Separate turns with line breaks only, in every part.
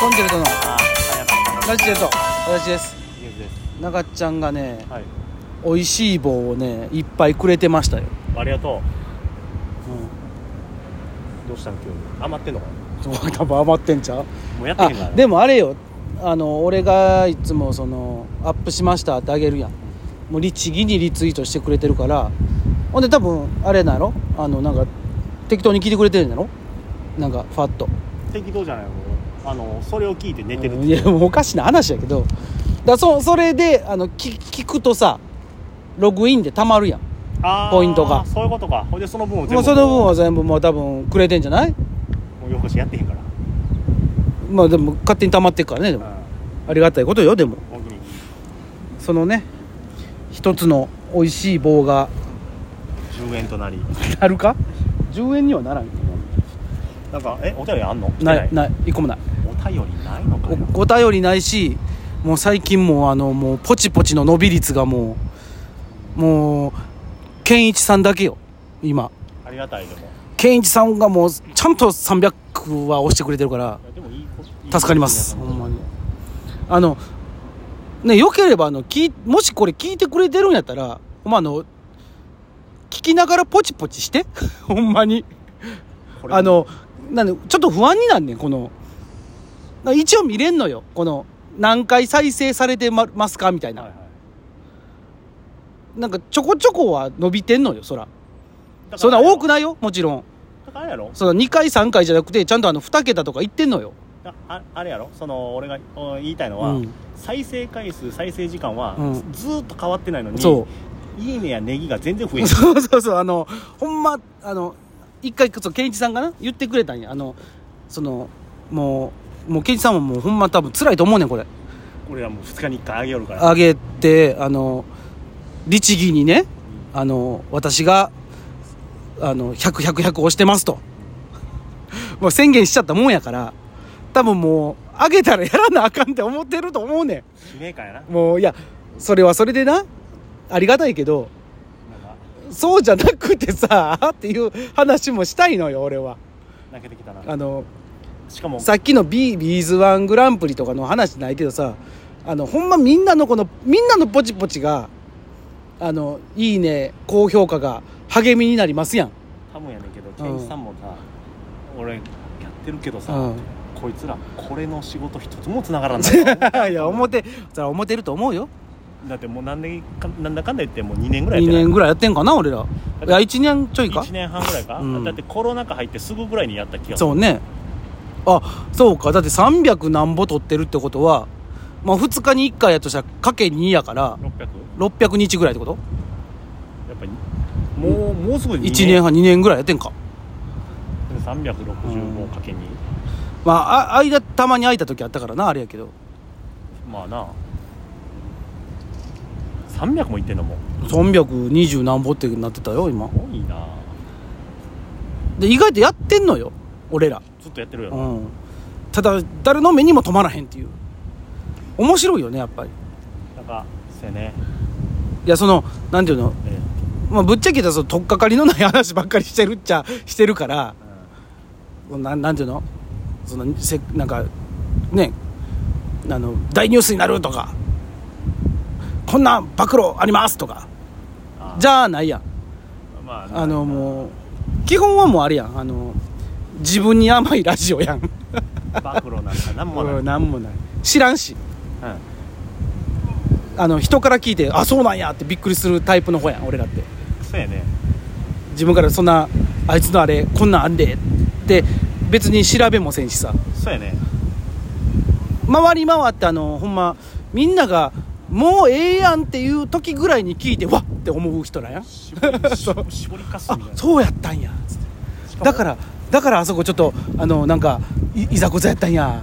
コンチェルトの
ああ早かった
ラジチェルト私です
ニュースです
中ちゃんがね
はい
美味しい棒をねいっぱいくれてましたよ、
ありがとうどうしたの今日余ってんのかな
うん、そう多分余ってんちゃう
もうやってへんから
あでもあれよあの俺がいつもそのアップしましたってあげるやんもう律儀にリツイートしてくれてるからほんで多分あれなのあのなんか適当に聞いてくれてるんだろなんかファッと
適当じゃないもうあのそれを聞いて寝てるって
いやもうおかしな話やけどだからそそれであの聞聞くとさログインでたまるやん
あー
ポイントが
そういうことかほいでその分を全部
もうその分は全部もう多分くれてんじゃない
もう夜更かしやってへんから
まあでも勝手に溜まってくからねで
うん
もありがたいことよでも
本当に
そのね一つの美味しい棒が
10円となり
なるか10円にはならん
なんかえお便りあんの来て
ないない一個もない
お便りないのかな
おお便りないしもう最近もうあのもうポチポチの伸び率がもうもう健一さんだけよ今
ありがたいでも
健一さんがもうちゃんと300は押してくれてるから
いやでもいいこといいこと
助かりますほ
ね
んまにあのねよければあの聞いもしこれ聞いてくれてるんやったらほんまあの聞きながらポチポチして ほんまに
これ
あのなんでちょっと不安になんねんこのな一応見れんのよこの何回再生されてまますかみたいな、
はいはい
なんかちょこちょこは伸びてんのよそら
だから
そんな多くないよもちろん
だからあれやろ
その2回3回じゃなくてちゃんとあの2桁とかいってんのよ
あああれやろその俺がお言いたいのは、
うん
再生回数再生時間は、
うん
ずーっと変わってないのに
そう
いいねやネギが全然増えん
そうそうそうあのほんまあの一回そう健一さんがな言ってくれたんやあのそのもうもう健一さんももうほんま多分辛いと思うねんこれ
俺らもう2日に1回あげよるから
あげてあの律儀にねあの私があの100100押してますともう宣言しちゃったもんやから多分もうあげたらやらなあかんって思ってると思うね
使命感やななん
んもういやそれはそれでなありがたいけど
か
そうじゃなくてさっていう話もしたいのよ俺は
泣けてきたな
あの
しかも
さっきの B ビーズワングランプリとかの話ないけどさあのほんまみんなのこのみんなのポチポチがあのいいね高評価が励みになりますやん
多分やねんけど店員さんもさ、俺やってるけどさ、
うん
こいつらこれの仕事一つも繋がらん ない
いや思ってそれは思ってると思うよ
だってもう何年かなんだかんだ言ってもう2年ぐらいやっ
2
てない
年ぐらいやってんかな俺らいや1年ちょいか
1年半ぐらいか、
うん
だってコロナ禍入ってすぐぐらいにやった気がする
そうねあそうかだって300何ぼ取ってるってことはまあ2日に1回やとしたらかけ2やから
600
600日ぐらいってこと
やっぱりもうもうすぐ2
1年半2年ぐらいやってんか
365かけに、
まああ間たまに空いた時あったからなあれやけど
まあな300もいってんのも
320何歩ってなってたよ今
多いな
で意外とやってんのよ俺ら
ずっとやってるよ
う
な、
んただ誰の目にも止まらへんっていう面白いよねやっぱり
なんかそうやね、
いやそのなんていうの、
え
まあ、ぶっちゃけたその取っかかりのない話ばっかりしてるっちゃ してるから
え
ななんていうのそのせなんかねあの大ニュースになるとかこんな暴露ありますとか
あ
じゃあないやん
まあ
あのもう基本はもうあれやんあの自分に甘いラジオやん
う暴露なんかなんもない、
う
うんん、
なんもない知らんしあの人から聞いてあそうなんやってびっくりするタイプの方やん俺らって
そうやね
自分からそんなあいつのあれこんなんあんでって別に調べもせんしさ
そうやね
回り回ってあのほんまみんながもうええやんっていう時ぐらいに聞いてわっって思う人らやん
絞 り絞絞りかす
あ
みたいな
そうやったんやつって
しも
だからだからあそこちょっとあのなんかいいざこざやったんや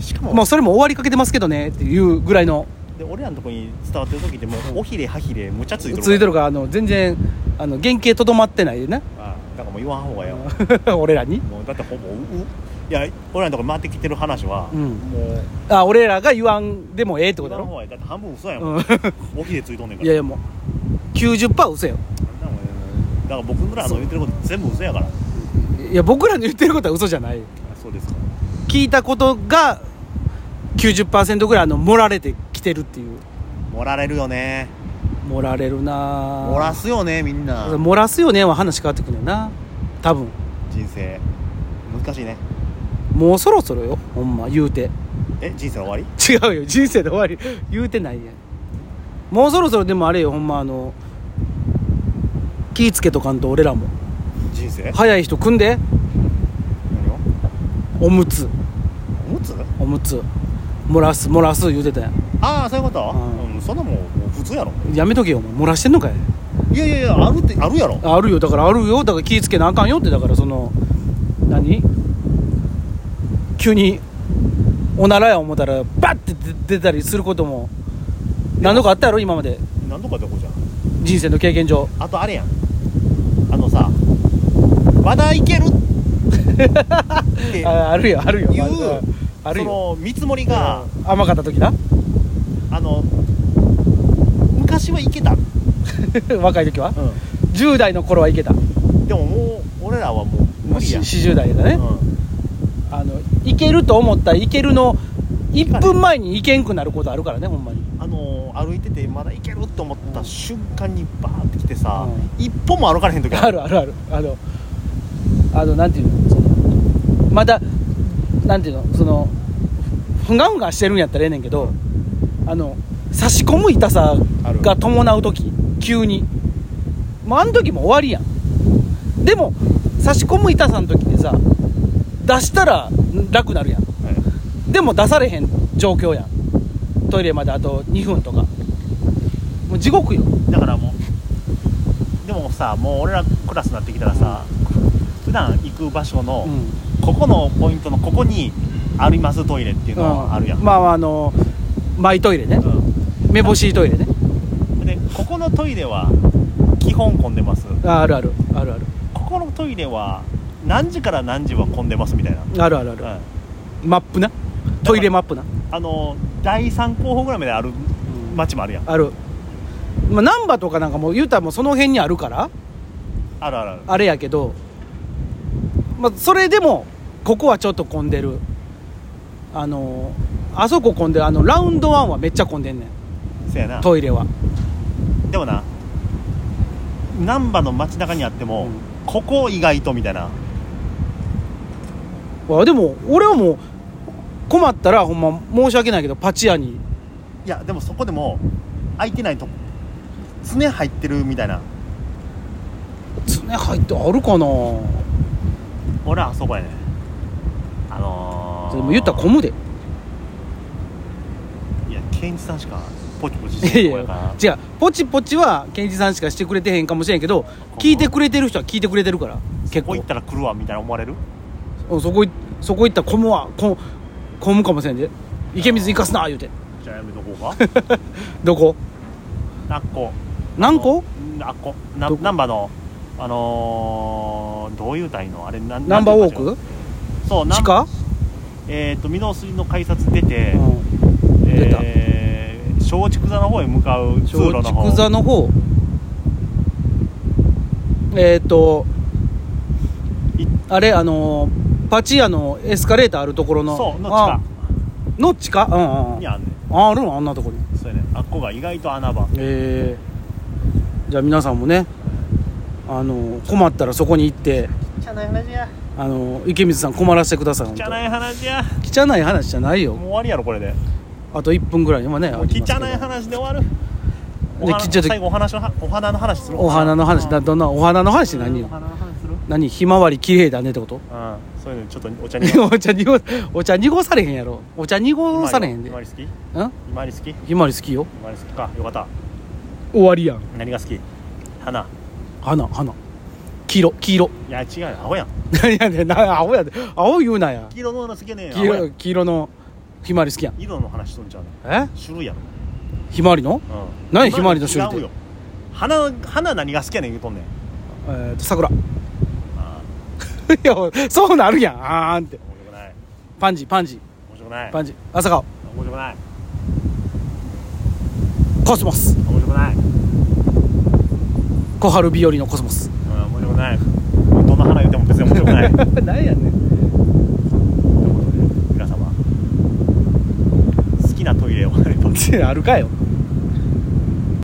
しかも
もうそれも終わりかけてますけどねっていうぐらいの
で俺らのとこに伝わってる時ってもうおひれはひれむちゃついてる
ついて
る
るからあの全然あの原型とどまってないでね
あだからもう言わん方がええわ
俺らに
もうだってほぼうういや俺らのとこに回ってきてる話は、
うん
もう
あ俺らが言わんでもええってことだ
今の
ろ、
方がだって半分嘘やもん、
うん、
おひれついとんねんか
い
ら
やいやもう90%嘘よ
なんかねだから僕らの言ってること全部嘘やから
いや僕らの言ってることは嘘じゃない
そうですか
聞いたことが90%ぐらいあの盛られてきてるっていう
盛られるよね
盛られるなぁ
盛らすよねみんな
漏らすよねは話変わってくるよな多分
人生難しいね
もうそろそろよほんま言うて
え人生の終わり
違うよ人生で終わり言うてないやんもうそろそろでもあれよほんまあの気ぃつけとかんと俺らも
人生
早い人組んで
何を
おむつ
持つ
おむつ漏らす漏らす言うてたやん
ああそういうこと、
うん
うん、そんなもんもう普通やろ
やめとけよお前漏らしてんのかい
いやいやいやあるってあるやろ
あるよだからあるよだから気ぃつけなあかんよってだからその何急におならや思ったらバッて出出たりすることも何度かあったやろ今まで
何度かどこじゃん
人生の経験上
あとあれやんあのさまだいけ るっていう
ああるよあるよある
そ
よ
の見積もりが
甘かった時な
あの昔はいけた、う
若い時は
ん、
10代の頃はいけたも
でももう俺らはもう
う
無理
し
や
40代だね、
うん
あのいけると思ったらいけるの1分前にいけんくなることあるからねほんまに
あの歩いててまだいけるって思った瞬間にバーって来てさ、
うん
一歩も歩かれへん時
あ
ある
るあるあるあのあのなんていうのそのまだなんていうのそのふふがふがしてるんやったらええねんけどあの差し込む痛さが伴う時急にもうあの時も終わりやんでも差し込む痛さの時ってさ出したら楽なるやん
はい
でも出されへん状況やんトイレまであと2分とかもう地獄よ
だからもうでもさもう俺らクラスになってきたらさ、普段行く場所の、
うん
ここのポイントのここにありますトイレっていうのはあるやん、
う
うん
まああのマイトイレね目星トイレね
んでここのトイレは基本混んでます
ああるあるあるある
ここのトイレは何時から何時は混んでますみたいな、
あるあるある、
うん
マップなトイレマップな、
あの第3候補ぐらいまである街もあるやん
あるまあ難波とかなんかもう言うたらもうその辺にあるから
あるあるある
あれやけど、まあ、それでもここはちょっと混んでるあのあそこ混んでるあのラウンドワンはめっちゃ混んでんねん
せやな
トイレは
でもな難波の街中にあっても、
うん
ここ意外とみたいな
わでも俺はもう困ったらほんま申し訳ないけどパチ屋に
いやでもそこでも空いてないとこ常入ってるみたいな
常入ってあるかな
俺はあそこやねあのー、
でも言ったら混むで
いやケンジさんしかポチポチし
い
て
や
る
い
子やから
や違うポチポチはケンジさんしかしてくれてへんかもしれんけど聞いてくれてる人は聞いてくれてるから
こ
結
こ
構
行ったら来るわみたいな思われる
うんそこいそこ行ったら混むわ混混むかもしれんで池水行かすな言うて
じゃあやめとこ うか
どこ
あっこ
何個
うんあっこな
どこ
ナンバーのあのー、どういう隊のあれなん
ナンバーウォ
なんていう
ー
かそう
ク
ナ
地
ンバ
下
ー、えっ、ー、と御堂筋の改札出て、
うん
えー、松竹座の方へ向かう通路の方
松竹座の方えっ、ー、と
い
あれあのーパチ屋のエスカレーターあるところの
そうの
あ
地
の地下うん
下
うんうん
にあんねん
ああるのあんなとこに
そうやねあっこが意外と穴場
えー、じゃあ皆さんもねあの困ったらそこに行って
汚い話や
あの池水さん困らせてください本当
汚い話や
汚い話じゃないよ
もう終わりやろこれで
あと1分ぐらい今ねあ
も
り
う
ますけ
汚い
ど
話で終わるお花
切っちゃうと
最後お話のお花の話する
お花の話
うん
だどんなお花の話何
うんお
よ
花の話する
何ひまわり綺麗だねってこと
うんそういうのちょっとお茶に
お茶濁お茶濁されへんやろお茶濁されへんで
ひまわり好き
うん
ひまわり好きひ
ひまわり好きよ
まわり好きかよかった
終わりやん
何が好き花
花花黄色黄色
いや違うよ青やん
何やねんな青やで青言うなや
黄色の花好きやねん
黄
青や
色
ん
黄色のひまわり好きやん
色の話しとんちゃうの
え
種類やろ
ひまわりの
うん
何ひまわりの種類って
違うよ花花何が好きやねん言うとんねん
えー、と桜い
あ
やそうなるやんあーんって
ー面白くない
パンジーパンジ
面白くない
ーパンジー朝顔
面白くない
コスモス
面白くない
小春日和のコスモス
うん面白くないどんな花言っても別に面白くない
何やねん
ということで皆様
ってあるかよ